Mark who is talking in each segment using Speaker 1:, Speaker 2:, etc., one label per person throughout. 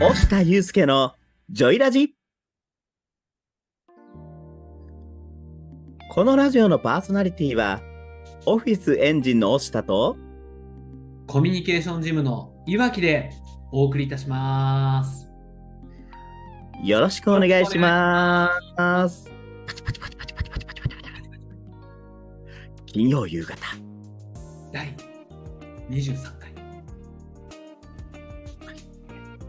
Speaker 1: 押田祐介のジョイラジこのラジオのパーソナリティはオフィスエンジンの押田と
Speaker 2: コミュニケーションジムのいわきでお送りいたします。
Speaker 1: よろしくお願いします金曜夕方
Speaker 2: 第23回。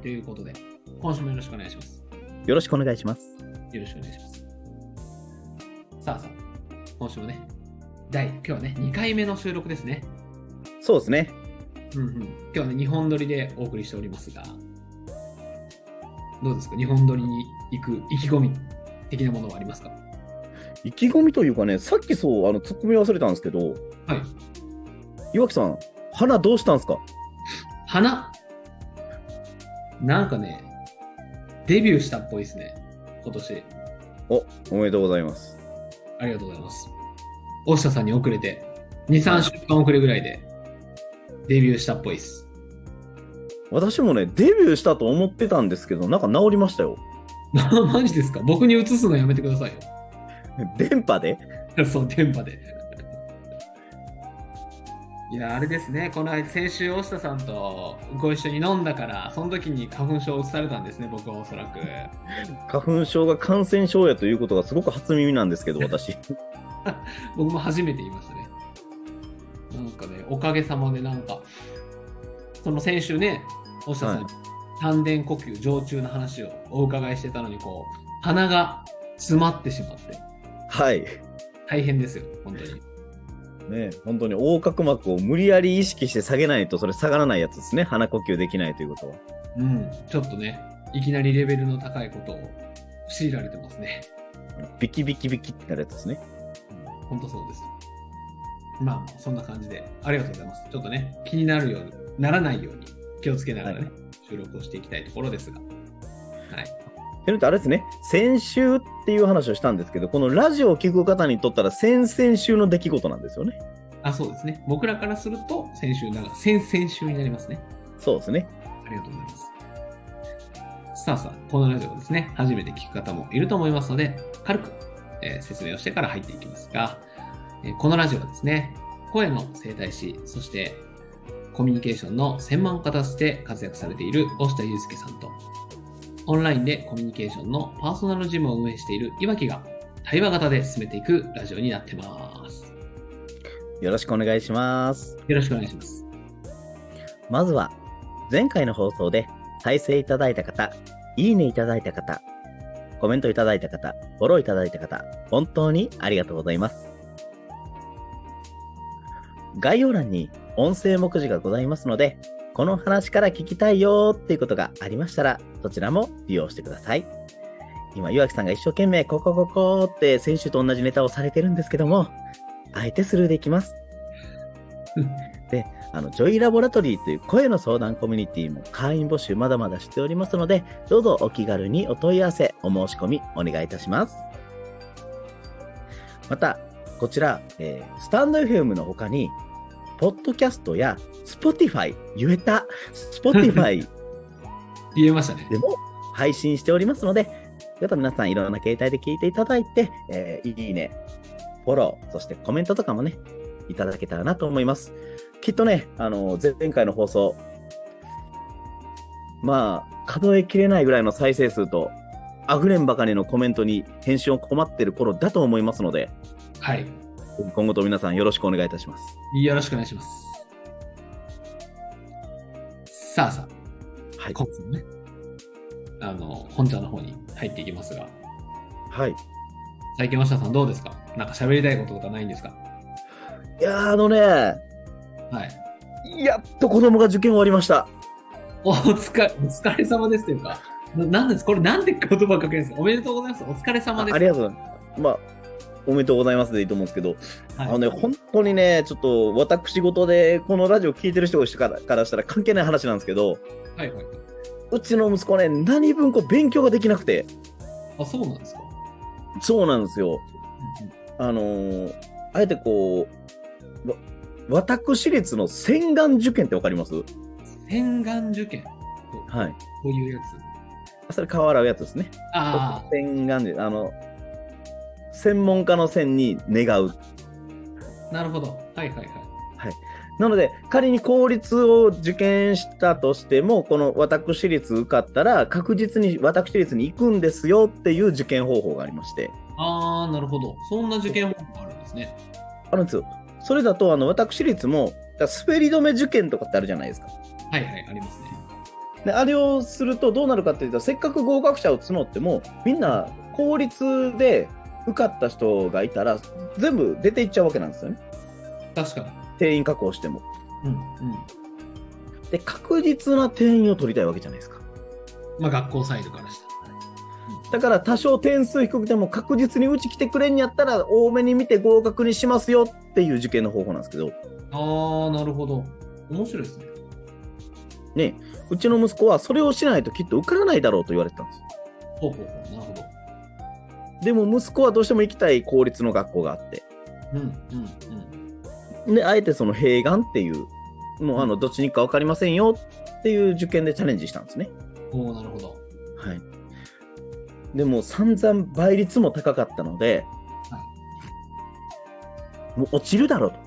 Speaker 2: ということで、今週もよろしくお願いします。
Speaker 1: よろしくお願いします
Speaker 2: よろしくお願いします。さあさあ、今週もね、第、今日はね、2回目の収録ですね。
Speaker 1: そうですね
Speaker 2: うんうん。今日はね、2本撮りでお送りしておりますが、どうですか ?2 本撮りに行く意気込み的なものはありますか
Speaker 1: 意気込みというかねさっきそうあのツッコミ忘れたんですけど
Speaker 2: はい。
Speaker 1: 岩木さん花どうしたんですか
Speaker 2: 花なんかね、デビューしたっぽいですね。今年。
Speaker 1: おおめでとうございます
Speaker 2: ありがとうございます。大下さんに遅れて、2、3週間遅れぐらいで、デビューしたっぽいです。
Speaker 1: 私もねデビューしたと思ってたんですけどなんか治りましたよ
Speaker 2: マジですか僕に移すのやめてください
Speaker 1: 電波で
Speaker 2: よ。 そう、電波で。 いや、あれですね。この間、先週大下さんとご一緒に飲んだから、その時に花粉症を移されたんですね、僕はおそらく。
Speaker 1: 花粉症が感染症やということがすごく初耳なんですけど私
Speaker 2: 僕も初めて言いましたね。なんかね、おかげさまでなんか、その先週ね、大下さん、
Speaker 1: はい
Speaker 2: 丹田呼吸、常駐の話をお伺いしてたのに、こう、鼻が詰まってしまって、
Speaker 1: はい
Speaker 2: 大変ですよ、本当に。
Speaker 1: ね本当に横隔膜を無理やり意識して下げないとそれ下がらないやつですね鼻呼吸できないということは
Speaker 2: うん、ちょっとね、いきなりレベルの高いことを強いられてますね。
Speaker 1: ビキビキビキってなるやつですね
Speaker 2: 本当そうです。まあまあ、そんな感じで、ありがとうございます。ちょっとね、気になるように、ならないように、気をつけながらね、
Speaker 1: はい
Speaker 2: 収録をしていきたいところですが。はい。
Speaker 1: てのとあれですね先週っていう話をしたんですけどこのラジオを聞く方にとったら先々週の出来事なんですよね
Speaker 2: あ、そうですね。僕らからすると、先週なが、先々週になりますね。
Speaker 1: そうですね
Speaker 2: ありがとうございます。さあさあ、このラジオをですね、初めて聞く方もいると思いますので、軽く、えー説明をしてから入っていきますが、えーこのラジオはですね、声の整体師、そしてコミュニケーションの専門家として活躍されている押田祐介さんと、オンラインでコミュニケーションのパーソナルジムを運営している岩木が対話型で進めていくラジオになってます。
Speaker 1: よろしくお願いします
Speaker 2: よろしくお願いします。
Speaker 1: まずは、前回の放送で再生いただいた方、いいねいただいた方、コメントいただいた方、フォローいただいた方、本当にありがとうございます。概要欄に音声目次がございますので、この話から聞きたいよーっていうことがありましたら、そちらも利用してください。今、岩木さんが一生懸命、ここここって先週と同じネタをされてるんですけども、あえてスルーできます。あの、ジョイラボラトリーという声の相談コミュニティも会員募集まだまだしておりますので、どうぞお気軽にお問い合わせ、お申し込みお願いいたします。また、こちら、えースタンド FM の他に、ポッドキャストや Spotify、言えた Spotify
Speaker 2: 言えましたね。
Speaker 1: でも配信しておりますので、ちょっと皆さんいろんな形態で聞いていただいて、えーいいね、フォロー、そしてコメントとかもね、いただけたらなと思います。きっとね、あの、前前回の放送、まあ、数えきれないぐらいの再生数と、あふれんばかりのコメントに返信を困ってる頃だと思いますので、
Speaker 2: はい。
Speaker 1: 今後と皆さんよろしくお願いいたします。
Speaker 2: よろしくお願いします。さあさ
Speaker 1: は
Speaker 2: あ、
Speaker 1: い。
Speaker 2: 今週もね、あの、本ちゃんの方に入っていきますが、
Speaker 1: はい。
Speaker 2: 最近、わしさんどうですかなんか喋りたいこととかないんですか
Speaker 1: いやーあのね、
Speaker 2: はい。
Speaker 1: やっと子供が受験終わりました。
Speaker 2: お疲れ、お疲れ様ですというか、ななんですこれなんで言葉かけるんですかおめでとうございます。お疲れ様
Speaker 1: あ
Speaker 2: です。
Speaker 1: ありがとうございます。まあ、おめでとうございますでいいと思うんですけど、あ
Speaker 2: はい
Speaker 1: のね、本当にね、ちょっと私事で、このラジオ聞いてる人からからしたら関係ない話なんですけど、
Speaker 2: はいはい。
Speaker 1: うちの息子ね、何分こう勉強ができなくて、
Speaker 2: あ、そうなんですか、
Speaker 1: そうなんですよ。
Speaker 2: うんうん
Speaker 1: あのーあえてこう、わ私立の洗顔受験ってわかります
Speaker 2: 洗顔受験。
Speaker 1: はい。
Speaker 2: こういうやつ。
Speaker 1: それ、瓦うやつですね。
Speaker 2: ああ、
Speaker 1: 洗顔で、あの、専門家の線に願う。
Speaker 2: なるほど。はいはいはい。
Speaker 1: なので、仮に公立を受験したとしても、この私立受かったら、確実に私立に行くんですよっていう受験方法がありまして。
Speaker 2: ああ、なるほど。そんな受験方法があるんですね。
Speaker 1: あるんですよ。それだと、あの、私立も、だから滑り止め受験とかってあるじゃないですか。
Speaker 2: はいはい、ありますね。
Speaker 1: で、あれをするとどうなるかっていうと、せっかく合格者を募っても、みんな公立で受かった人がいたら、全部出ていっちゃうわけなんですよね。
Speaker 2: 確かに。
Speaker 1: 定員確保しても。
Speaker 2: うんうん。
Speaker 1: で、確実な定員を取りたいわけじゃないですか。
Speaker 2: まあ、学校サイドからしたら。
Speaker 1: だから多少点数低くても確実にうち来てくれんやったら多めに見て合格にしますよっていう受験の方法なんですけど、
Speaker 2: ああ、なるほど。面白いですね。
Speaker 1: ね、うちの息子はそれをしないときっと受からないだろうと言われてたんですよ。
Speaker 2: ほうほうほう。なるほど。
Speaker 1: でも息子はどうしても行きたい公立の学校があって、
Speaker 2: うんうん
Speaker 1: で、あえてその併願っていう、もうあの、どっちに行くか分かりませんよっていう受験でチャレンジしたんですね。
Speaker 2: うん。おお、なるほど。
Speaker 1: はい。でもう散々倍率も高かったので、
Speaker 2: は
Speaker 1: もう落ちるだろうと。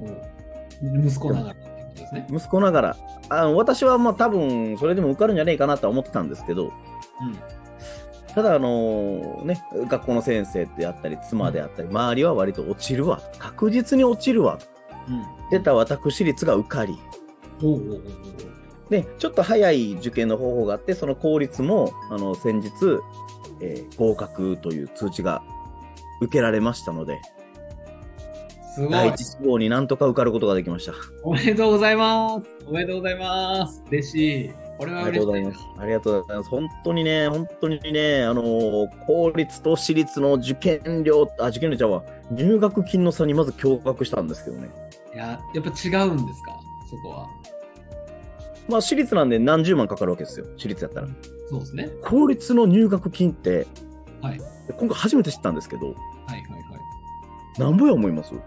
Speaker 2: おー息子ながらってことですね。
Speaker 1: 息子ながら、あの私はまあ多分それでも受かるんじゃねえかなとは思ってたんですけど、
Speaker 2: うん。
Speaker 1: ただあのね、学校の先生であったり、妻であったり、周りは割と落ちるわ。確実に落ちるわ。
Speaker 2: うん。
Speaker 1: 出た私立が受かり。
Speaker 2: おうおうおうおう
Speaker 1: で、ちょっと早い受験の方法があって、その公立も、あの、先日、えー合格という通知が受けられましたので、
Speaker 2: すご
Speaker 1: 第
Speaker 2: い
Speaker 1: 一。志望になんとか受かることができました。
Speaker 2: おめでとうございます。おめでとうございます。嬉しい。これは
Speaker 1: ありがとう
Speaker 2: 嬉し
Speaker 1: ございます。ありがとうございます。本当にね、本当にね、あのー公立と私立の受験料、あ、受験料ちゃうわ、入学金の差にまず驚愕したんですけどね。
Speaker 2: い。いや、やっぱ違うんですかそこは。
Speaker 1: まあ、私立なんで何十万かかるわけですよ、私立だったら。
Speaker 2: そうですね。
Speaker 1: 公立の入学金って、
Speaker 2: はい
Speaker 1: 今回初めて知ったんですけど、
Speaker 2: はいはいは
Speaker 1: なんぼや思います
Speaker 2: い。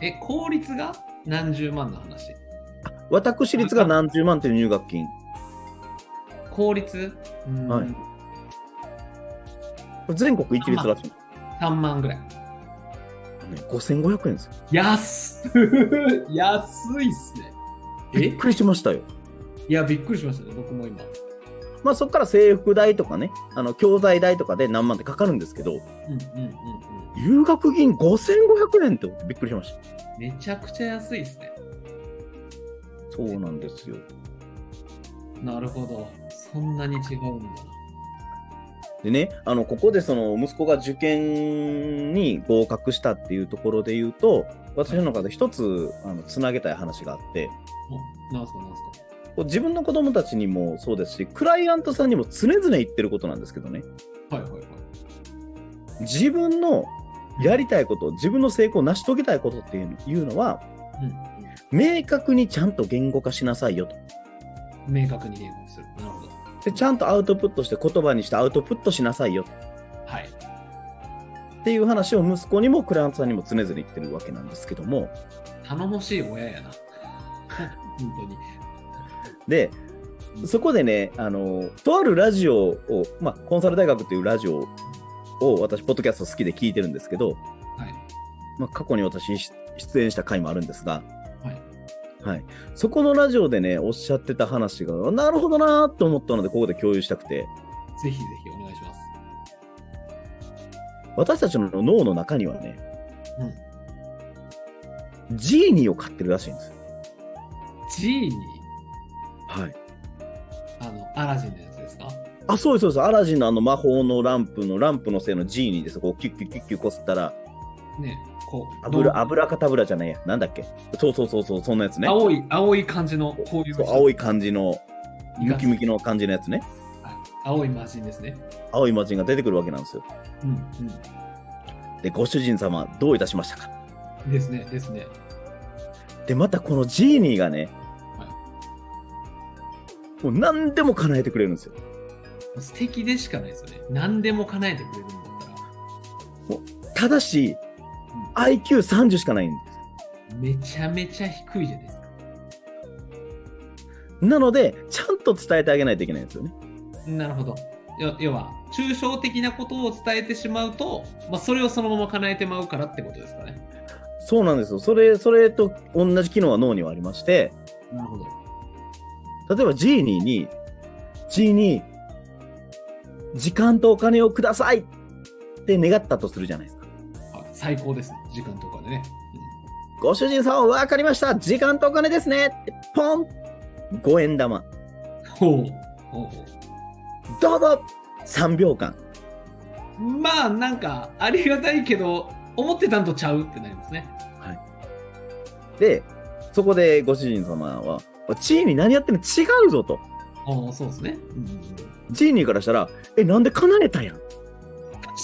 Speaker 2: え、効率が何十万の話
Speaker 1: 私立が何十万という入学金。
Speaker 2: 効率うん、
Speaker 1: はいこれ全国一律らしい。ね、
Speaker 2: 3万ぐらい。
Speaker 1: 5500円ですよ。
Speaker 2: 安っ安いっすね。
Speaker 1: びっくりしましたよ。
Speaker 2: いや、びっくりしましたね、僕も今。
Speaker 1: まあ、そこから制服代とかね、あの教材代とかで何万ってかかるんですけど、
Speaker 2: うんうんうん
Speaker 1: 留学金5500円ってびっくりしました。
Speaker 2: うん。めちゃくちゃ安いっすね。
Speaker 1: そうなんですよ。
Speaker 2: なるほど。そんなに違うんだな。
Speaker 1: でね、あのここでその息子が受験に合格したっていうところで言うと、私の中で一つあのつなげたい話があって、
Speaker 2: おなんすかなんすか
Speaker 1: こう自分の子供たちにもそうですし、クライアントさんにも常々言ってることなんですけどね、
Speaker 2: はいはいはい。
Speaker 1: 自分のやりたいこと、自分の成功を成し遂げたいことっていうのいうのは、
Speaker 2: う
Speaker 1: 明確にちゃんと言語化しなさいよと。
Speaker 2: ん、明確に言語する。なるほど。
Speaker 1: でちゃんとアウトプットして言葉にしてアウトプットしなさいよ
Speaker 2: はい。
Speaker 1: っていう話を息子にもクライアントさんにも常々言ってるわけなんですけども
Speaker 2: 頼もしい親やな。 本当に。
Speaker 1: でそこでねあのとあるラジオを、まあ、コンサル大学っていうラジオを私ポッドキャスト好きで聞いてるんですけど、
Speaker 2: はい。
Speaker 1: まあ、過去に私し出演した回もあるんですが、
Speaker 2: はい
Speaker 1: はい、そこのラジオでねおっしゃってた話がなるほどなーって思ったのでここで共有したくて
Speaker 2: ぜひぜひお願いします。
Speaker 1: 私たちの脳の中にはね、ジーニーを飼ってるらしいんですよ。
Speaker 2: ジーニー、
Speaker 1: はい
Speaker 2: あの、アラジンのやつですか
Speaker 1: あ、そうです、そうです。アラジンのあの魔法のランプの、ランプのせいのジーニーです。こう、キュッキュッキュッキュッこすったら、
Speaker 2: ね、こう、
Speaker 1: 油、
Speaker 2: どう
Speaker 1: 油かたぶらじゃないや。なんだっけそうそうそう、そうそんなやつね。
Speaker 2: 青い、青い感じの、こういう
Speaker 1: そう青い感じの、
Speaker 2: いか
Speaker 1: ムキムキの感じのやつね。
Speaker 2: 青い魔人ですね。
Speaker 1: 青い魔人が出てくるわけなんですよ。
Speaker 2: うん、
Speaker 1: で、ご主人様、どういたしましたか
Speaker 2: うん。ですね、ですね。
Speaker 1: で、またこのジーニーがね、
Speaker 2: は
Speaker 1: もう何でも叶えてくれるんですよ。
Speaker 2: 素敵でしかないですよね。何でも叶えてくれるんだった
Speaker 1: ただし、
Speaker 2: ら、
Speaker 1: IQ30 しかないんです。
Speaker 2: うんめちゃめちゃ低いじゃないですか。
Speaker 1: なので、ちゃんと伝えてあげないといけないんですよね。
Speaker 2: なるほど。よ要は、抽象的なことを伝えてしまうと、まあ、それをそのまま叶えてまうからってことですかね。
Speaker 1: そうなんですよ。それ、それと同じ機能は脳にはありまして、
Speaker 2: なるほど。
Speaker 1: 例えばジーニーに、ジーニー、時間とお金をくださいって願ったとするじゃないですか。
Speaker 2: あ最高ですね。時間とかでね。
Speaker 1: ご主人様、わかりました。時間とお金ですね。ってポン !5 円玉。
Speaker 2: ほう。ほうほ
Speaker 1: どうぞ !3 秒間。
Speaker 2: う。まあ、なんか、ありがたいけど、思ってたんとちゃうってなりますね。
Speaker 1: で、そこでご主人様は、ジーニー何やってんの違うぞと。
Speaker 2: ああ、そうですね。うんうんうん
Speaker 1: ジーニーからしたら、え、なんで叶えたんやん。
Speaker 2: 確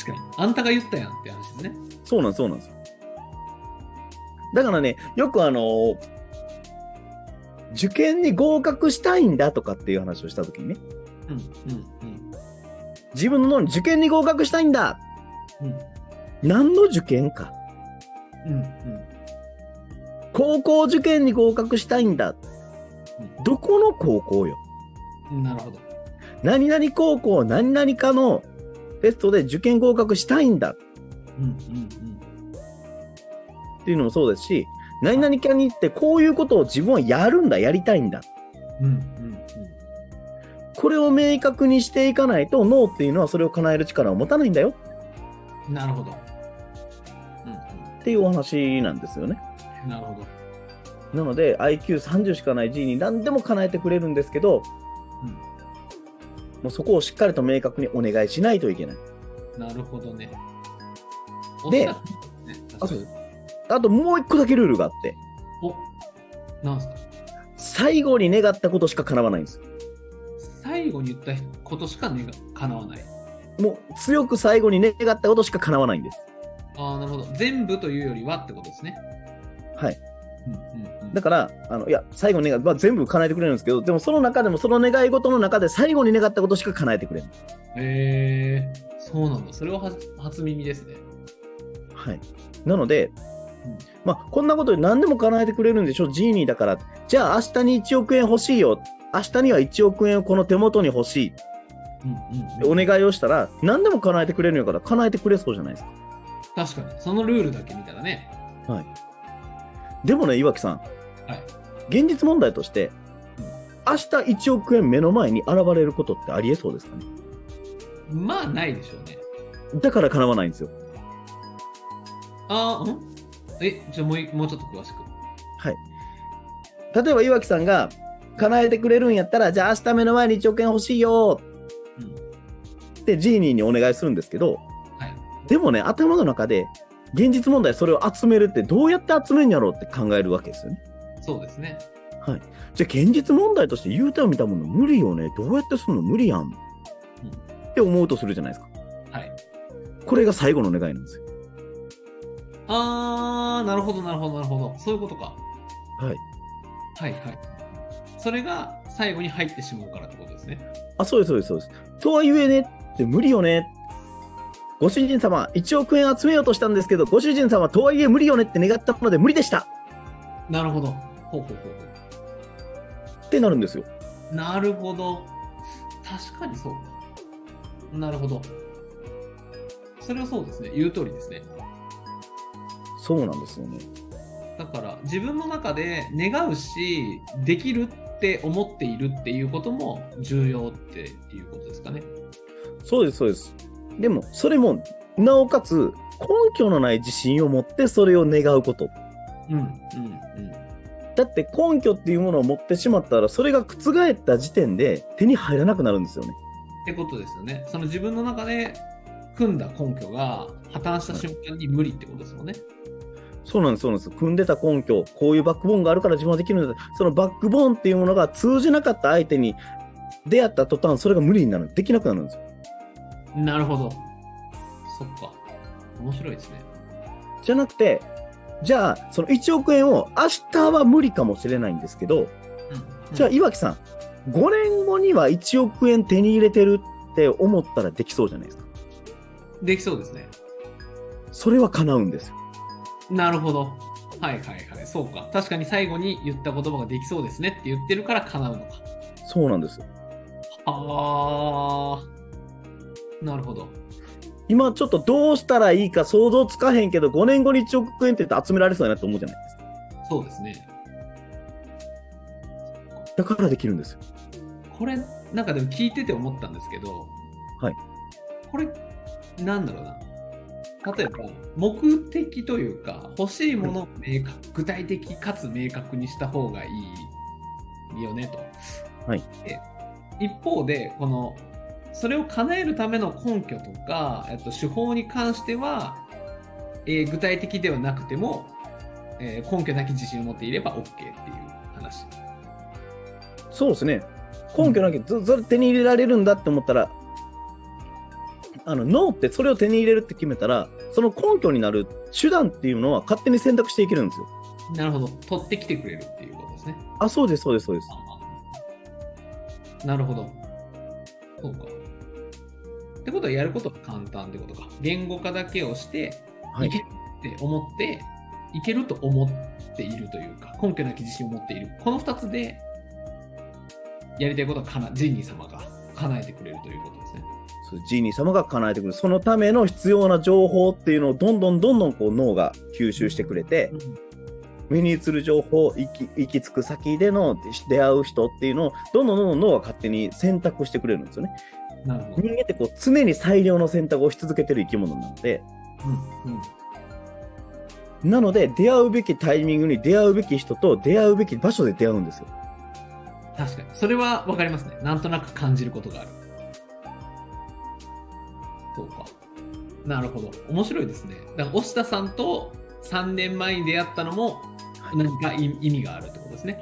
Speaker 2: かに。あんたが言ったやんって話ですね。
Speaker 1: そうなんそうなんですよ。だからね、よくあの、受験に合格したいんだとかっていう話をしたときにね、
Speaker 2: うんうん
Speaker 1: 自分の脳に受験に合格したいんだ
Speaker 2: うん。うん
Speaker 1: 何の受験か。
Speaker 2: うんうん
Speaker 1: 高校受験に合格したいんだ。どこの高校よ。
Speaker 2: うん。なるほど。
Speaker 1: 何々高校、何々かのテストで受験合格したいんだ
Speaker 2: うんうん
Speaker 1: っていうのもそうですし、何々かに行ってこういうことを自分はやるんだ、やりたいんだ。
Speaker 2: うん。うんうん
Speaker 1: これを明確にしていかないと脳っていうのはそれを叶える力を持たないんだよ
Speaker 2: うん。なるほど。うん
Speaker 1: っていうお話なんですよね。
Speaker 2: うん。なるほど。
Speaker 1: なので IQ30 しかない G に何でも叶えてくれるんですけど、
Speaker 2: うん
Speaker 1: もうそこをしっかりと明確にお願いしないといけない。
Speaker 2: なるほどね。
Speaker 1: で
Speaker 2: おっしゃってますね、
Speaker 1: あ
Speaker 2: 確かに
Speaker 1: あともう一個だけルールがあって、
Speaker 2: おなんすか
Speaker 1: 最後に願ったことしか叶わないんです。
Speaker 2: 最後に言ったことしか願叶わない。
Speaker 1: もう強く最後に願ったことしか叶わないんです。
Speaker 2: ああ、なるほど。全部というよりはってことですね。
Speaker 1: はい。
Speaker 2: うんうんうん、
Speaker 1: だから、あの、いや、最後に願う、まあ、全部叶えてくれるんですけど、でもその中でもその願い事の中で最後に願ったことしか叶えてくれない。
Speaker 2: えー、そうなんだ。それは初初耳ですね。
Speaker 1: はい。なので
Speaker 2: うん、
Speaker 1: まあ、こんなことで何でも叶えてくれるんでしょ、ジーニーだから。じゃあ明日に1億円欲しいよ。明日には1億円をこの手元に欲しい。
Speaker 2: うん
Speaker 1: お願いをしたら、何でも叶えてくれるんやから、叶えてくれそうじゃないですか。
Speaker 2: 確かに。そのルールだけ見たらね。
Speaker 1: でもね、岩木さん。
Speaker 2: はい
Speaker 1: 現実問題として、明日1億円目の前に現れることってありえそうですかね。
Speaker 2: まあ、ないでしょうね。
Speaker 1: だから叶わないんですよ。
Speaker 2: ああ、んえ、じゃあもういもうちょっと詳しく。
Speaker 1: 例えば岩木さんが叶えてくれるんやったら、じゃあ明日目の前に1億円欲しいよ
Speaker 2: うん。
Speaker 1: ってジーニーにお願いするんですけど、
Speaker 2: はい。
Speaker 1: でもね、頭の中で、現実問題それを集めるってどうやって集めるんやろうって考えるわけですよね。
Speaker 2: そうですね。
Speaker 1: じゃあ現実問題として言うたを見たもの無理よね。どうやってすんの無理やん。
Speaker 2: うん
Speaker 1: って思うとするじゃないですか。
Speaker 2: はい。
Speaker 1: これが最後の願いなんですよ。
Speaker 2: ああ、なるほど、なるほど、なるほど。そういうことか。
Speaker 1: はい。
Speaker 2: はい、はい。それが最後に入ってしまうからってことですね。
Speaker 1: あ、そうです、そうです、そうです。とは言えねって無理よね。ご主人様、1億円集めようとしたんですけど、ご主人様、とはいえ無理よねって願ったので無理でした
Speaker 2: なるほど。ほうほうほうほ
Speaker 1: ってなるんですよ。
Speaker 2: う。なるほど。確かにそうか。なるほど。それはそうですね。言う通りですね。
Speaker 1: そうなんですよね。
Speaker 2: だから、自分の中で願うし、できるって思っているっていうことも重要っていうことですかね。
Speaker 1: そうです、そうです。でも、それも、なおかつ、根拠のない自信を持ってそれを願うこと。
Speaker 2: うん、うん、うん。
Speaker 1: だって根拠っていうものを持ってしまったら、それが覆った時点で手に入らなくなるんですよね。
Speaker 2: ってことですよね。その自分の中で組んだ根拠が破綻した瞬間に無理ってことですもんね。
Speaker 1: そうなんです、そうなんです。組んでた根拠、こういうバックボーンがあるから自分はできるんだ。そのバックボーンっていうものが通じなかった相手に出会った途端、それが無理になる。できなくなるんですよ。
Speaker 2: なるほど。そっか。面白いですね。
Speaker 1: じゃなくて、じゃあ、その1億円を明日は無理かもしれないんですけど、
Speaker 2: うん
Speaker 1: じゃあ、岩木さん、5年後には1億円手に入れてるって思ったらできそうじゃないですか。
Speaker 2: できそうですね。
Speaker 1: それは叶うんですよ。
Speaker 2: なるほど。はいはいはい。そうか。確かに最後に言った言葉ができそうですねって言ってるから叶うのか。
Speaker 1: そうなんです。
Speaker 2: あー。なるほど。
Speaker 1: 今ちょっとどうしたらいいか想像つかへんけど、5年後に1億円って言って集められそうやなって思うじゃないですか。
Speaker 2: そうですね。
Speaker 1: だからできるんですよ。
Speaker 2: これ、なんかでも聞いてて思ったんですけど、
Speaker 1: はい。
Speaker 2: これ、なんだろうな。例えば、目的というか、欲しいものを明確、具体的かつ明確にした方がいいよねと。
Speaker 1: はい
Speaker 2: で。一方で、この、それを叶えるための根拠とか、えっと、手法に関しては、えー具体的ではなくても、えー根拠なき自信を持っていれば OK っていう話。
Speaker 1: そうですね。根拠なきゃ、ずず手に入れられるんだって思ったら、あの脳ってそれを手に入れるって決めたら、その根拠になる手段っていうのは勝手に選択していけるんですよ。
Speaker 2: なるほど。取ってきてくれるっていうことですね。
Speaker 1: あ、そうです、そうです、そうです。
Speaker 2: なるほど。そうか。ってことはやることは簡単ってことか。言語化だけをして、、
Speaker 1: はいい
Speaker 2: け。るって思って、いけると思っているというか、根拠なき自信を持っている。この2つで、やりたいことはかな、ジーニー様が叶えてくれるということですね。
Speaker 1: そうジーニー様が叶えてくる。そのための必要な情報っていうのをどんどんどんどんこう脳が吸収してくれて、目に映る情報、行き行き着く先での出会う人っていうのを、どんどんどんどん脳が勝手に選択してくれるんですよね。
Speaker 2: なるほど。
Speaker 1: 人間ってこう常に最良の選択をし続けてる生き物なので、
Speaker 2: うんうん
Speaker 1: なので、出会うべきタイミングに出会うべき人と出会うべき場所で出会うんですよ。
Speaker 2: 確かに。それは分かりますね。なんとなく感じることがある。そうか。なるほど。面白いですね。だから、押田さんと3年前に出会ったのも、何か意意味があるってことですね。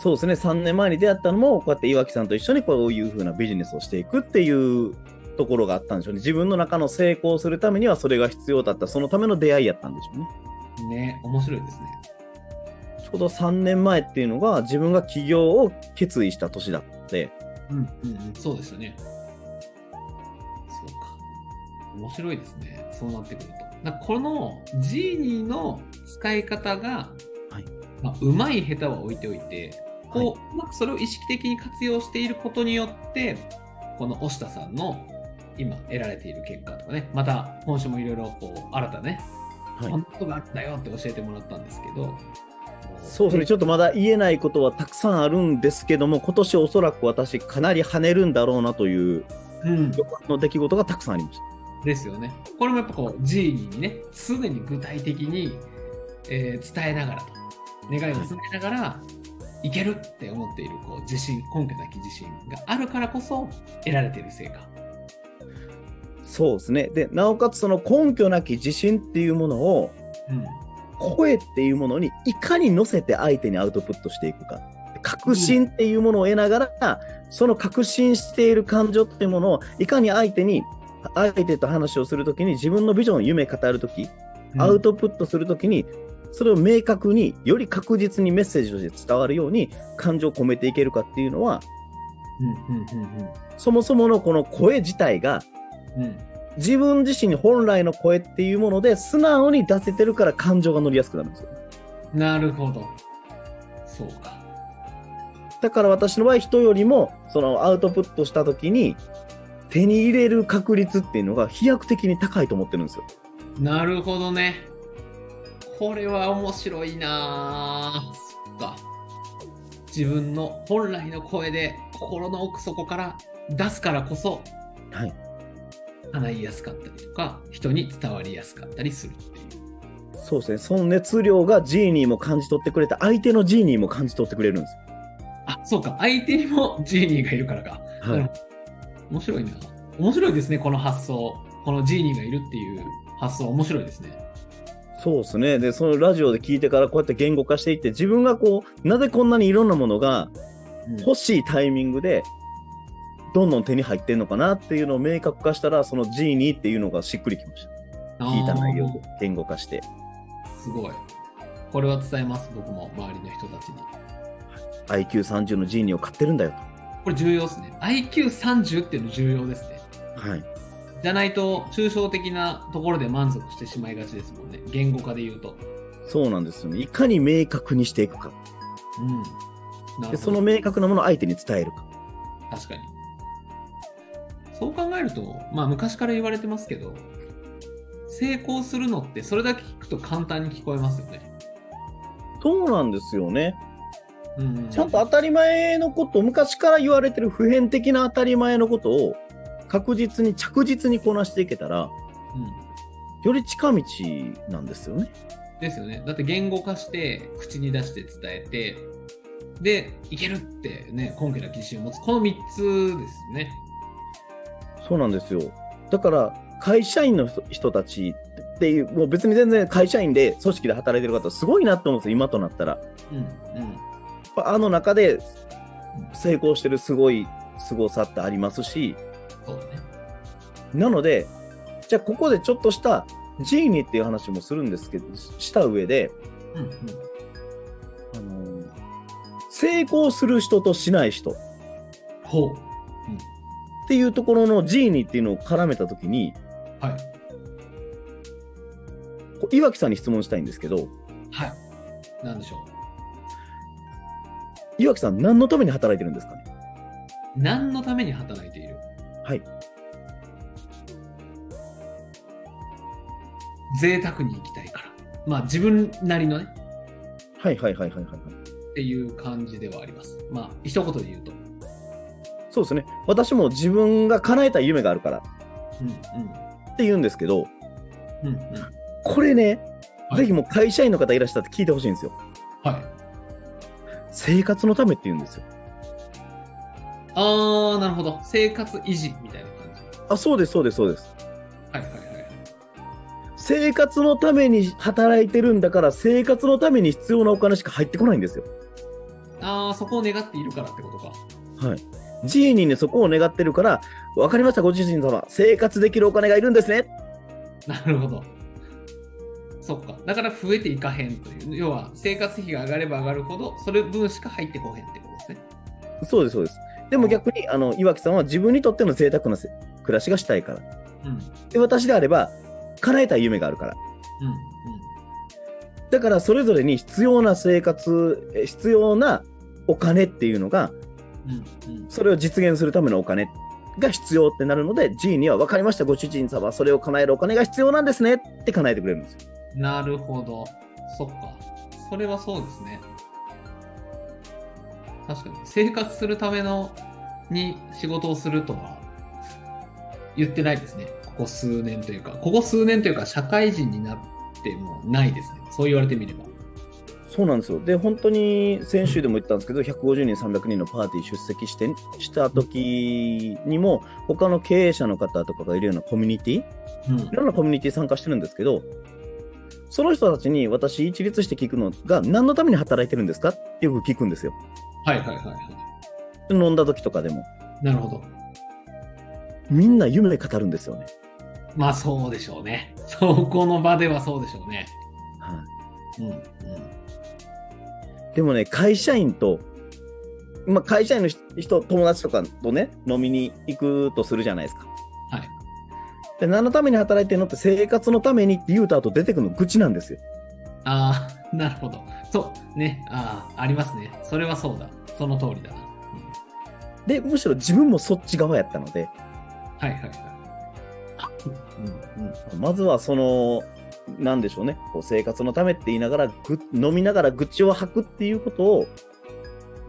Speaker 1: そうですね、3年前に出会ったのも、こうやって岩木さんと一緒にこういう風なビジネスをしていくっていうところがあったんでしょうね。自分の中の成功するためにはそれが必要だった、そのための出会いやったんでしょうね。
Speaker 2: ね、面白いですね。
Speaker 1: ちょうど3年前っていうのが自分が起業を決意した年だったので、
Speaker 2: うん、うん、うん。そうですよね。そうか。面白いですね。そうなってくると。だからこのジーニーの使い方が、
Speaker 1: はい
Speaker 2: まあ、うまい下手は置いておいて、こう、うまくそれを意識的に活用していることによって、この押田さんの今得られている結果とかね、また今週もいろいろこう、新たなね、
Speaker 1: はい
Speaker 2: こんなことがあったよって教えてもらったんですけど、
Speaker 1: そうですね、ちょっとまだ言えないことはたくさんあるんですけども、今年おそらく私、かなり跳ねるんだろうなという
Speaker 2: うん、
Speaker 1: 予感の出来事がたくさんありました。
Speaker 2: ですよね。これもやっぱこう、ジーニーにね、常に具体的に、えー伝えながらと、願いを伝えながら、いけるって思っているこう自信、根拠なき自信があるからこそ得られている成果。
Speaker 1: そうですね。で、なおかつその根拠なき自信っていうものを、
Speaker 2: うん、
Speaker 1: 声っていうものにいかに乗せて相手にアウトプットしていくか。確信っていうものを得ながら、その確信している感情っていうものを、いかに相手に、相手と話をするときに、自分のビジョン、夢語るとき、アウトプットするときに、それを明確に、より確実にメッセージとして伝わるように、感情を込めていけるかっていうのは、
Speaker 2: うんうんうん
Speaker 1: そもそものこの声自体が、
Speaker 2: うんうん
Speaker 1: 自分自身に本来の声っていうもので素直に出せてるから感情が乗りやすくなるんですよ
Speaker 2: なるほど。そうか。
Speaker 1: だから私の場合人よりもそのアウトプットした時に手に入れる確率っていうのが飛躍的に高いと思ってるんですよ
Speaker 2: なるほどね。これは面白いなあそっか。自分の本来の声で心の奥底から出すからこそ、
Speaker 1: はい。
Speaker 2: 叶いやすかったりとか、人に伝わりやすかったりするっていう。
Speaker 1: そうですねその熱量がジーニーも感じ取ってくれて相手のジーニーも感じ取ってくれるんです
Speaker 2: あ、そうか。相手にもジーニーがいるからか。
Speaker 1: よ、はい
Speaker 2: なる面白いな。面白いですね、この発想。このジーニーがいるっていう発想、面白いですね。
Speaker 1: そうですねでそのラジオで聞いてからこうやって言語化していって自分がこうなぜこんなにいろんなものが
Speaker 2: うん
Speaker 1: 欲しいタイミングでどんどん手に入ってんのかなっていうのを明確化したらそのジーニーっていうのがしっくりきました聞いた内容を言語化して
Speaker 2: すごい。これは伝えます、僕も周りの人たちに。
Speaker 1: IQ30 のジーニーを買ってるんだよ
Speaker 2: これ重要ですね。IQ30 っていうの重要ですね。
Speaker 1: とはい
Speaker 2: じゃないと、抽象的なところで満足してしまいがちですもんね。言語化で言うと。
Speaker 1: そうなんですよね。いかに明確にしていくか。
Speaker 2: うん。なるほど
Speaker 1: でその明確なものを相手に伝えるか。
Speaker 2: 確かに。そう考えると、まあ昔から言われてますけど、成功するのってそれだけ聞くと簡単に聞こえますよね。
Speaker 1: そうなんですよね。
Speaker 2: うんうん、
Speaker 1: ちゃんと当たり前のこと、昔から言われてる普遍的な当たり前のことを確実に着実にこなしていけたら、
Speaker 2: うん
Speaker 1: より近道なんですよね。
Speaker 2: ですよね。だって言語化して、口に出して伝えて、で、いけるってね、根拠な自信を持つ。この3つですね。
Speaker 1: そうなんですよ。だから、会社員の人人たちっていう、もう別に全然会社員で組織で働いてる方、すごいなって思うんですよ、今となったら。
Speaker 2: うん、
Speaker 1: やっぱあの中で成功してるすごい凄さってありますし、
Speaker 2: うん。そうだね。
Speaker 1: なので、じゃあここでちょっとしたジーニーっていう話もするんですけど、しした上で、
Speaker 2: うん、うん。
Speaker 1: あのー成功する人としない人っ
Speaker 2: ほう。
Speaker 1: ていうところのジーニーっていうのを絡めたときに、
Speaker 2: はい。
Speaker 1: こう岩城さんに質問したいんですけど、
Speaker 2: はい。なんでしょ
Speaker 1: 岩城さん何のために働いてるんですかね
Speaker 2: う。何のために働いている
Speaker 1: はい。
Speaker 2: 贅沢に生きたいから。まあ自分なりのね、
Speaker 1: はいはいはいはいはいはい。
Speaker 2: っていう感じではあります。まあ、一言で言うと。
Speaker 1: そうですね。私も自分が叶えたい夢があるから
Speaker 2: うん
Speaker 1: って言うんですけど、
Speaker 2: うん。うんうん。
Speaker 1: これね、
Speaker 2: はい
Speaker 1: ぜひもう会社員の方いらっしゃって聞いてほしいんですよ。
Speaker 2: はい。
Speaker 1: 生活のためって言うんですよ。
Speaker 2: あー、なるほど。生活維持みたいな感じ。
Speaker 1: あ、そうですそうですそうです。
Speaker 2: はいはいはいはい。
Speaker 1: 生活のために働いてるんだから、生活のために必要なお金しか入ってこないんですよ。
Speaker 2: あー、そこを願っているからってことか。
Speaker 1: ジーニーね、そこを願ってるから、わかりました、ご自身様。生活できるお金がいるんですね。
Speaker 2: なるほど。そっか。だから増えていかへんという。要は、生活費が上がれば上がるほど、それ分しか入ってこへんってことですね。
Speaker 1: そうですそうです。でも逆に、あの、岩木さんは自分にとっての贅沢なせ暮らしがしたいから。
Speaker 2: うん。うん。
Speaker 1: で、私であれば、叶えたい夢があるから。だからそれぞれに必要な生活、え必要なお金っていうのが、
Speaker 2: うん。うん。うん。
Speaker 1: それを実現するためのお金が必要ってなるので、G には分かりました、ご主人様、それを叶えるお金が必要なんですねって叶えてくれるんですよ。
Speaker 2: なるほど。そっか。それはそうですね。確かに。生活するためのに仕事をするとは言ってないですね。ここ数年というか、ここ数年というか、社会人になってもないですね。そう言われてみれば。
Speaker 1: そうなんですよ。で、本当に先週でも言ったんですけど、150人、300人のパーティー出席してした時にも、他の経営者の方とかがいるようなコミュニティ、い
Speaker 2: うん。
Speaker 1: ろんなコミュニティ参加してるんですけど、その人たちに私一律して聞くのが、何のために働いてるんですかってよく聞くんですよ。
Speaker 2: はいはいはいは
Speaker 1: 飲んだ時とかでも。
Speaker 2: い。なるほど。
Speaker 1: みんな夢語るんですよね。
Speaker 2: まあそうでしょうね。そこの場ではそうでしょうね。
Speaker 1: はい
Speaker 2: うん。うん。
Speaker 1: でもね、会社員と、まあ、会社員の人、友達とかとね、飲みに行くとするじゃないですか。
Speaker 2: はい。
Speaker 1: で、何のために働いてるのって生活のためにって言うた後出てくるの愚痴なんですよ。
Speaker 2: ああ、なるほど。そう。ね。ああ、ありますね。それはそうだ。その通りだな。うん
Speaker 1: で、むしろ自分もそっち側やったので、
Speaker 2: はいはいはい。うんうん、
Speaker 1: まずはその、なんでしょうね、こう生活のためって言いながらぐ、飲みながら愚痴を吐くっていうことを、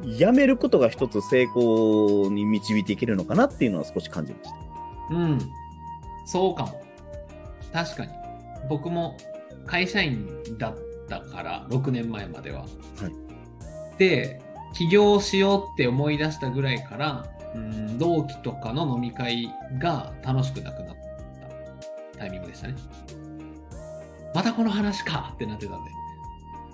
Speaker 1: やめることが一つ成功に導いていけるのかなっていうのは少し感じました。
Speaker 2: うん、そうかも。確かに。僕も会社員だったから、6年前までは。で、起業しようって思い出したぐらいから、うん、同期とかの飲み会が楽しくなくなったタイミングでしたね。またこの話かってなってたんで。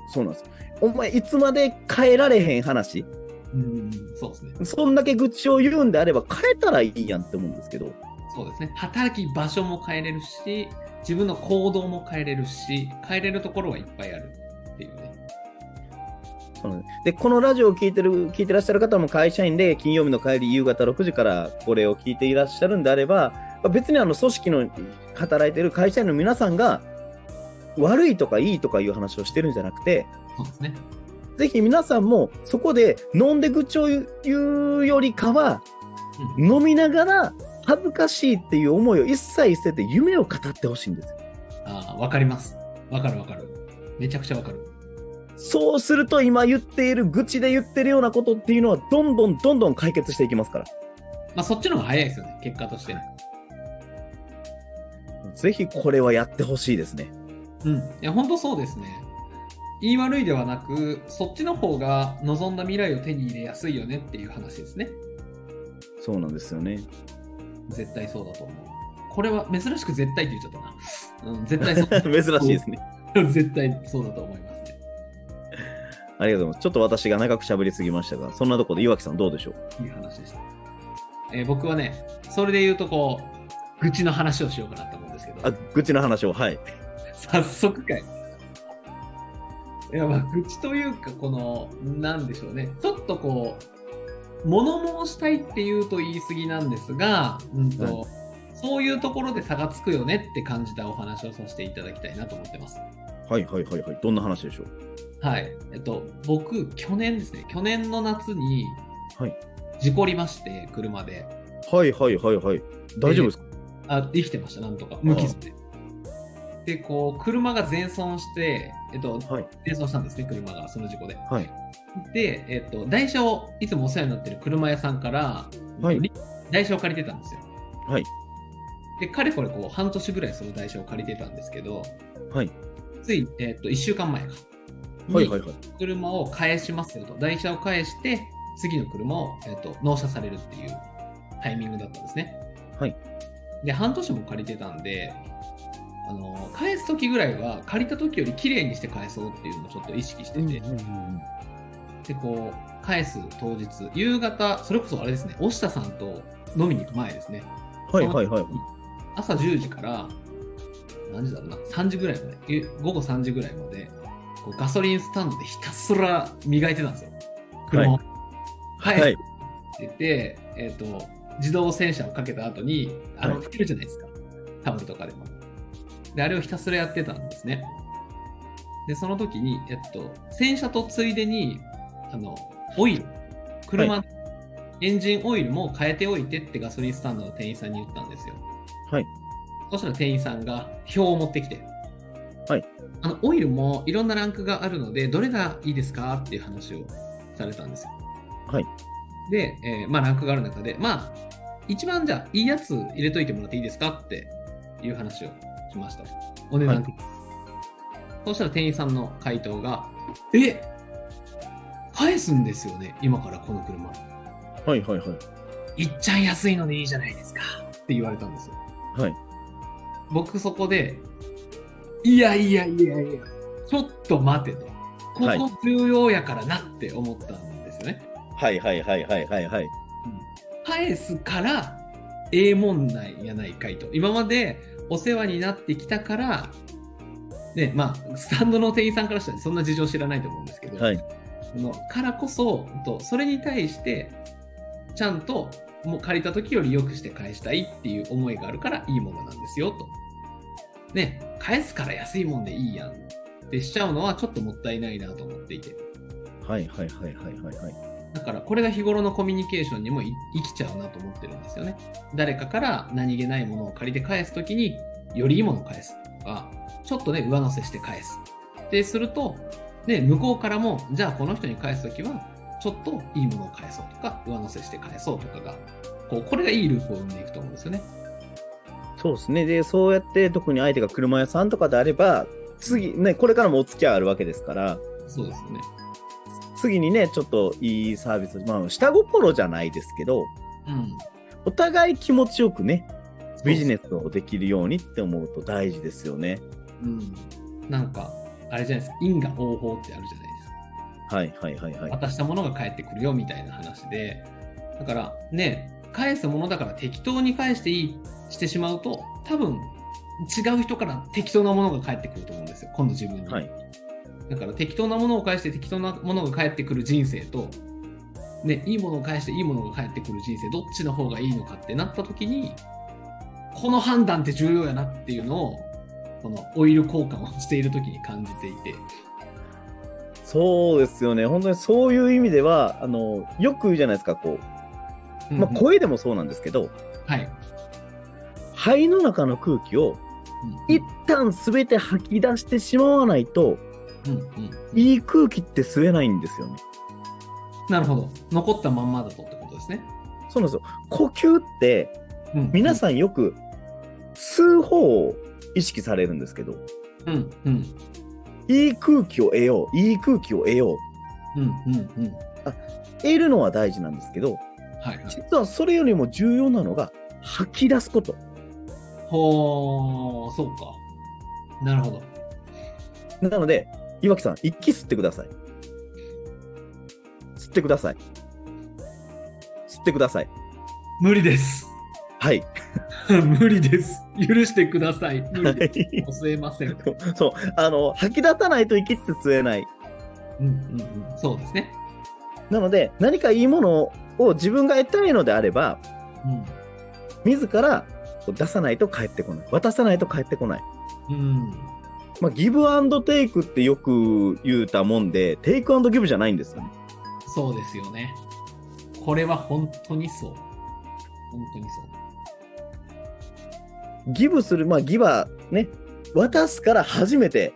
Speaker 1: そうなんですよ。お前、いつまで変えられへん話
Speaker 2: うん、そうですね。
Speaker 1: そんだけ愚痴を言うんであれば変えたらいいやんって思うんですけど、
Speaker 2: そうですね。働き場所も変えれるし、自分の行動も変えれるし、変えれるところはいっぱいあるっていうね。
Speaker 1: そのでこのラジオを聞いてる聞いてらっしゃる方も会社員で金曜日の帰り夕方6時からこれを聞いていらっしゃるんであれば、まあ別にあの組織の働いてる会社員の皆さんが悪いとかいいとかいう話をしてるんじゃなくて、
Speaker 2: そうですね。
Speaker 1: ぜひ皆さんもそこで飲んで愚痴を言う言うよりかは、
Speaker 2: うん
Speaker 1: 飲みながら恥ずかしいっていう思いを一切捨てて夢を語ってほしいんですよ。
Speaker 2: ああ、わかります。わかるわかる。めちゃくちゃわかる。
Speaker 1: そうすると今言っている愚痴で言ってるようなことっていうのはどんどんどんどん解決していきますから。
Speaker 2: まあ、そっちの方が早いですよね、結果として。
Speaker 1: ぜひこれはやってほしいですね。
Speaker 2: うん。いや、本当そうですね。言い悪いではなく、そっちの方が望んだ未来を手に入れやすいよねっていう話ですね。
Speaker 1: そうなんですよね。
Speaker 2: 絶対そうだと思う。これは珍しく絶対って言っちゃったな。うん、絶対そう。
Speaker 1: 珍しいですね。
Speaker 2: 絶対そうだと思いますね。
Speaker 1: ありがとうございます。ちょっと私が長く喋りすぎましたが、そんなところで岩木さんどうでしょう
Speaker 2: いい話でした。えー僕はね、それで言うとこう、愚痴の話をしようかなと思うんですけど。
Speaker 1: あ、愚痴の話を。はい。
Speaker 2: 早速かい。いや、まあ、愚痴というか、この、なんでしょうね。ちょっとこう、物申したいっていうと言い過ぎなんですが、うんと、
Speaker 1: は
Speaker 2: そういうところで差がつくよねって感じたお話をさせていただきたいなと思ってます。
Speaker 1: はいはいはいはい。どんな話でしょう
Speaker 2: はい。えっと、僕、去年ですね、去年の夏に、
Speaker 1: はい
Speaker 2: 事故りまして、車で。
Speaker 1: はいはいはいはい。大丈夫ですか、
Speaker 2: あ、生きてました、なんとか。無傷で。で、こう、車が全損して、えっと、
Speaker 1: はい
Speaker 2: 転送したんですね、車が、その事故で。
Speaker 1: はい
Speaker 2: で、えっと、台車をいつもお世話になってる車屋さんから、
Speaker 1: はい
Speaker 2: り台車を借りてたんですよ。
Speaker 1: はい
Speaker 2: で、かれこれこう、半年ぐらいその台車を借りてたんですけど、
Speaker 1: はい
Speaker 2: つい、えっと、1週間前か。
Speaker 1: はいはいはい。
Speaker 2: に車を返しますよと、台車を返して、次の車を、えっと、納車されるっていうタイミングだったんですね。
Speaker 1: はい。
Speaker 2: で、半年も借りてたんで、あの返す時ぐらいは借りた時より綺麗にして返そうっていうのをちょっと意識してて、でこう返す当日夕方それこそあれですね押下さんと飲みに行く前ですね
Speaker 1: はいはいはい。
Speaker 2: 朝10時から何時だろうな3時ぐらいまでえ午後3時ぐらいまでこうガソリンスタンドでひたすら磨いてたんですよ車を返す
Speaker 1: は
Speaker 2: っ
Speaker 1: い
Speaker 2: て言って、えっと自動洗車をかけた後にあの
Speaker 1: はい
Speaker 2: 拭けるじゃないですか、タオルとかでもであれをひたすらやってたんですねでその時に、えっと、洗車とついでにあのオイル車、エンジンオイルも変えておいてってガソリンスタンドの店員さんに言ったんですよ
Speaker 1: はい
Speaker 2: そしたら店員さんが表を持ってきて、
Speaker 1: はい、
Speaker 2: あのオイルもいろんなランクがあるのでどれがいいですかっていう話をされたんですよ。
Speaker 1: はい、
Speaker 2: で、えーまあ、ランクがある中で、まあ、一番じゃあいいやつ入れといてもらっていいですかっていう話をしました。お値
Speaker 1: は
Speaker 2: 段、そうしたら店員さんの回答が「え返すんですよね今からこの車」
Speaker 1: はいはいはい。
Speaker 2: いっちゃん安いのでいいじゃないですかって言われたんですよ。
Speaker 1: はい。
Speaker 2: 僕そこで、いやいやいやいや、ちょっと待てと。こ
Speaker 1: はい
Speaker 2: こ重要やからなって思ったんですよね。
Speaker 1: はいはいはいはいはいはい。
Speaker 2: 返すから、ええもんなんやないかいと。今までお世話になってきたから、ね、まあ、スタンドの店員さんからしたらそんな事情知らないと思うんですけど、
Speaker 1: はい。
Speaker 2: そのからこそとそれに対してちゃんともう借りた時より良くして返したいっていう思いがあるからいいものなんですよと。ね返すから安いもんでいいやんってしちゃうのはちょっともったいないなと思っていて
Speaker 1: はいはいはいはいはいはい。
Speaker 2: だからこれが日頃のコミュニケーションにもい生きちゃうなと思ってるんですよね。誰かから何気ないものを借りて返す時によりいいものを返すとかちょっとね上乗せして返すってすると、ね、向こうからもじゃあこの人に返す時はちょっといいものを返そうとか上乗せして返そうとかがこうこれがいいループを生んでいくと思うんですよね。
Speaker 1: そうですね。で、そうやって特に相手が車屋さんとかであれば、次、ね、これからもお付き合いあるわけですから、
Speaker 2: そうですよね。
Speaker 1: 次にね、ちょっといいサービス、まあ、下心じゃないですけど、
Speaker 2: うん、
Speaker 1: お互い気持ちよくね、ビジネスをできるようにって思うと大事ですよね。
Speaker 2: うん、なんかあれじゃないですか因果応報ってあるじゃないですか。
Speaker 1: はいはいはいはい。
Speaker 2: 渡したものが返ってくるよみたいな話でだからね返すものだから適当に返していいしてしまうと多分違う人から適当なものが返ってくると思うんですよ今度自分に、
Speaker 1: はい
Speaker 2: だから適当なものを返して適当なものが返ってくる人生とねいいものを返していいものが返ってくる人生どっちの方がいいのかってなった時にこの判断って重要やなっていうのをこのオイル交換をしている時に感じていて、
Speaker 1: そうですよね。本当にそういう意味では、あの、よく言うじゃないですか、こう。まあ、
Speaker 2: うんうん
Speaker 1: 声でもそうなんですけど、
Speaker 2: はい、
Speaker 1: 肺の中の空気を一旦すべて吐き出してしまわないと、
Speaker 2: うんうん
Speaker 1: いい空気って吸えないんですよね。
Speaker 2: なるほど残ったまんまだとってことですね、
Speaker 1: そうなんですよ。呼吸って、
Speaker 2: うん、
Speaker 1: 皆さんよく吸う方を意識されるんですけど、
Speaker 2: んうんうん
Speaker 1: いい空気を得よう、いい空気を得よう。
Speaker 2: うんうんうん
Speaker 1: 得るのは大事なんですけど、
Speaker 2: はいはい
Speaker 1: 実はそれよりも重要なのが吐き出すこと。
Speaker 2: ほーそうかなるほど
Speaker 1: なので、岩木さん、息吸ってください。吸ってください。吸ってください。
Speaker 2: 無理です
Speaker 1: はい。
Speaker 2: 無理です許してください無理です吸えません
Speaker 1: そう。あの、吐き出さないと息って吸えない。
Speaker 2: うんうんうんそうですね
Speaker 1: なので、何かいいものを自分が得たいのであれば、自らこう出さないと返ってこない。渡さないと返ってこない。
Speaker 2: うん、うん、
Speaker 1: まあ、ギブアンドテイクってよく言うたもんで、テイクアンドギブじゃないんですよね。
Speaker 2: そうですよねこれは本当にそう本当にそう
Speaker 1: ギブする、まあ、ギバー、ね、渡すから初めて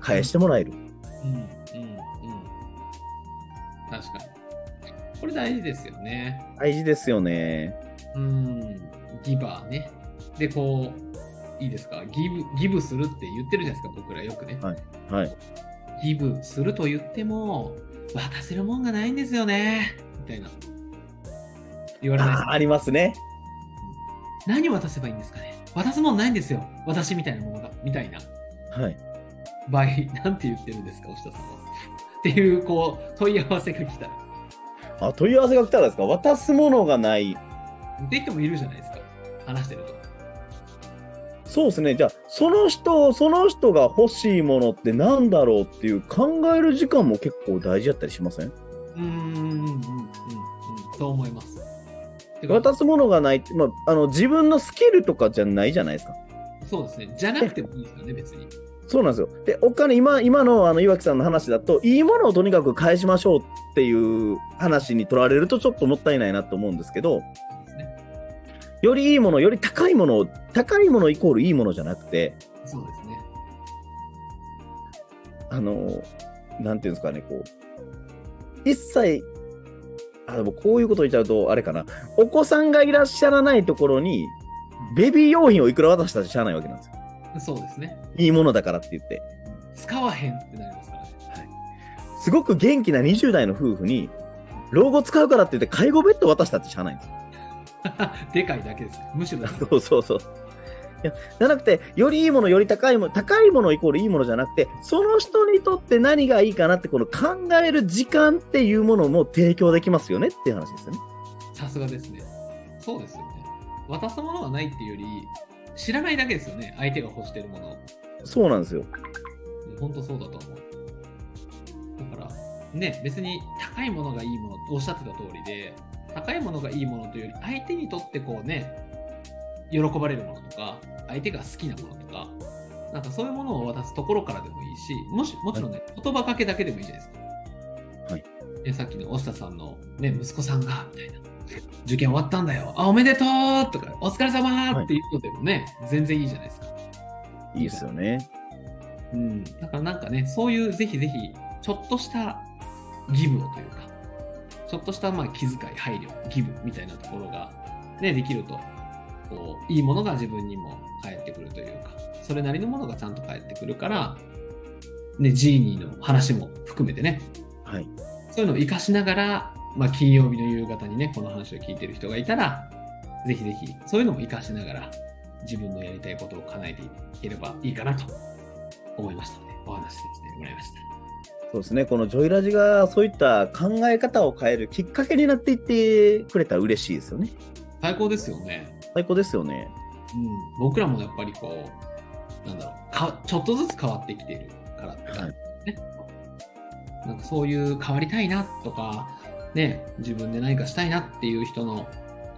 Speaker 1: 返してもらえる。
Speaker 2: うんうんうん確かにこれ大事ですよね
Speaker 1: 大事ですよね。
Speaker 2: うんギバーねでこういいですかギブギブするって言ってるじゃないですか僕らよくね、
Speaker 1: はい。
Speaker 2: ギブすると言っても渡せるもんがないんですよねみたいな言われないです
Speaker 1: あ
Speaker 2: か
Speaker 1: ーありますね。
Speaker 2: 何を渡せばいいんですかね渡すもんないんですよ私みたいなものがみたいな
Speaker 1: はい。
Speaker 2: 場合なんて言ってるんですか押田さんはっていうこう問い合わせが来たら
Speaker 1: あ、問い合わせが来たらですか渡すものがない。
Speaker 2: って人もいるじゃないですか話してると
Speaker 1: そうですね。じゃあ、その人、その人が欲しいものってなんだろうっていう考える時間も結構大事だったりしません
Speaker 2: うーんうんうんうんうんそう思いますてか
Speaker 1: 渡すものがないって、まあ、あの、自分のスキルとかじゃないじゃないですか。
Speaker 2: そうですねじゃなくてもいいですよね別に
Speaker 1: そうなんですよ。で、お金、今、今の、あの、岩木さんの話だと、いいものをとにかく返しましょうっていう話に取られるとちょっともったいないなと思うんですけど、
Speaker 2: そうですね
Speaker 1: よりいいもの、より高いものを、高いものイコールいいものじゃなくて、
Speaker 2: そうですね
Speaker 1: あの、なんていうんですかね、こう、一切、あ、でもこういうこと言っちゃうと、あれかな、お子さんがいらっしゃらないところに、ベビー用品をいくら渡したってしゃあないわけなんですよ。
Speaker 2: そうですね
Speaker 1: いいものだからって言って。
Speaker 2: 使わへんってなりますからね
Speaker 1: すごく元気な20代の夫婦に、老後使うからって言って介護ベッド渡したってしゃあないんですよ。
Speaker 2: でかいだけですむしろ
Speaker 1: そうそうそう。いやじゃなくて、よりいいもの、より高いもの、高いものイコールいいものじゃなくて、その人にとって何がいいかなって、この考える時間っていうものも提供できますよねっていう話ですよね。
Speaker 2: さすがですねそうですよね渡すものがないっていうより知らないだけですよね相手が欲してるものを
Speaker 1: そうなんですよ。
Speaker 2: 本当そうだと思う。だから、ね、別に高いものがいいものとおっしゃってた通りで、高いものがいいものというより、相手にとってこうね、喜ばれるものとか、相手が好きなものとか、なんかそういうものを渡すところからでもいいし、もし、もちろんね、言葉かけだけでもいいじゃないですか。
Speaker 1: はい。
Speaker 2: で、さっきの押田さんのね、息子さんが、みたいな。受験終わったんだよ。あ、おめでとうとか、お疲れ様っていうのでもね、全然いいじゃないですか。
Speaker 1: いいですよね。
Speaker 2: うん、だからなんかね、そういうぜひぜひ、ちょっとしたギブをというか、ちょっとしたまあ気遣い、配慮、ギブみたいなところが、ね、できると、こう、いいものが自分にも返ってくるというか、それなりのものがちゃんと返ってくるから、ね、ジーニーの話も含めてね、
Speaker 1: はい。
Speaker 2: そういうのを活かしながら、まあ、金曜日の夕方にね、この話を聞いてる人がいたら、ぜひぜひ、そういうのも活かしながら、自分のやりたいことを叶えていければいいかなと思いましたので、お話しさせてもらいました。
Speaker 1: そうですね。このジョイラジがそういった考え方を変えるきっかけになっていってくれたら嬉しいですよね。
Speaker 2: 最高ですよね。
Speaker 1: 最高ですよね。
Speaker 2: うん。僕らもやっぱりこう、なんだろう、かちょっとずつ変わってきているからって感じですね。なんかそういう変わりたいなとか、ね、自分で何かしたいなっていう人の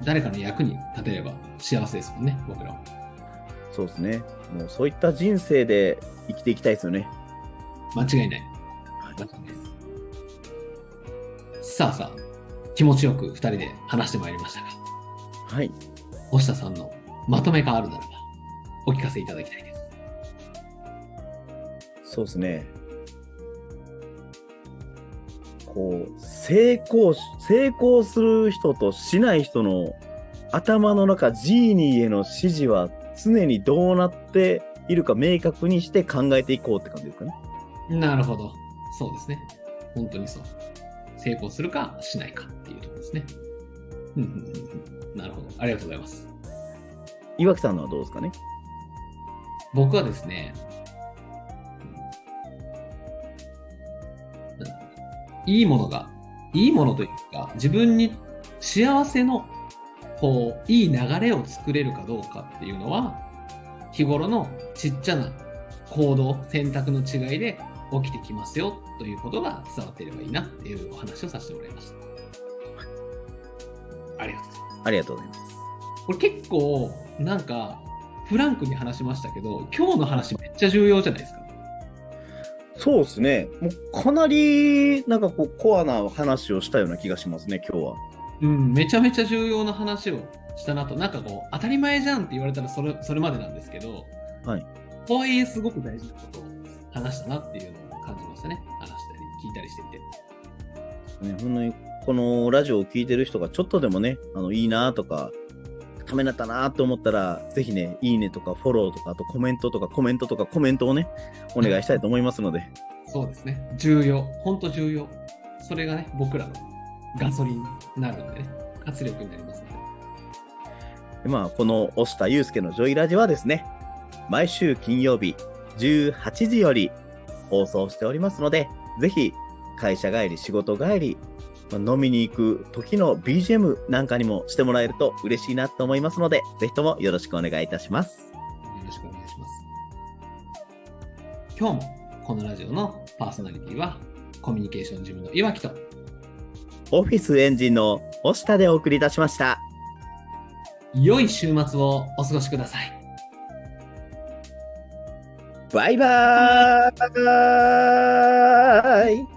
Speaker 2: 誰かの役に立てれば幸せですもんね、僕らは。
Speaker 1: そうですね。もうそういった人生で生きていきたいですよね。
Speaker 2: 間違いない。間違いないです。さあさあ、気持ちよく2人で話してまいりましたが、
Speaker 1: はい。
Speaker 2: 星田さんのまとめがあるならば、お聞かせいただきたいです。
Speaker 1: そうですね。こう、成功し、成功する人としない人の頭の中、ジーニーへの指示は常にどうなっているか明確にして考えていこうって感じですかね。
Speaker 2: なるほど。そうですね。本当にそう。成功するかしないかっていうところですね。うんうんうんうんなるほど。ありがとうございます。
Speaker 1: 岩木さんのはどうですかね。
Speaker 2: 僕はですね、うんいいものが、いいものというか、自分に幸せの、こう、いい流れを作れるかどうかっていうのは、日頃のちっちゃな行動、選択の違いで起きてきますよということが伝わっていればいいなっていうお話をさせてもらいました。ありがとうございます。
Speaker 1: ありがとうございます。
Speaker 2: これ結構なんかフランクに話しましたけど今日の話めっちゃ重要じゃないですか
Speaker 1: そうですね。もうかなり、なんかこう、コアな話をしたような気がしますね、今日は。
Speaker 2: うんめちゃめちゃ重要な話をしたなとなんかこう当たり前じゃんって言われたらそれそれまでなんですけど
Speaker 1: はい
Speaker 2: とはいえすごく大事なことを話したなっていうのを感じましたね話したり聞いたりしてみて
Speaker 1: ね、本当にこのラジオを聞いてる人がちょっとでもね、あのいいなとか、ためになったなと思ったら、ぜひね、いいねとかフォローとか、あとコメントとか、コメントとか、コメントをね、お願いしたいと思いますので、
Speaker 2: そうですね重要ほんと重要それがね僕らのガソリンになるのでね活力になりますので
Speaker 1: でまあ、この押下祐介のジョイラジはですね、毎週金曜日18時より放送しておりますので、ぜひ会社帰り、仕事帰り、まあ飲みに行く時の BGM なんかにもしてもらえると嬉しいなと思いますので、ぜひともよろしくお願いいたします。
Speaker 2: よろしくお願いします。今日もこのラジオのパーソナリティはコミュニケーション事務の岩木と
Speaker 1: オフィスエンジンの星田でお送りいたしました。
Speaker 2: 良い週末をお過ごしください。
Speaker 1: バイバーイ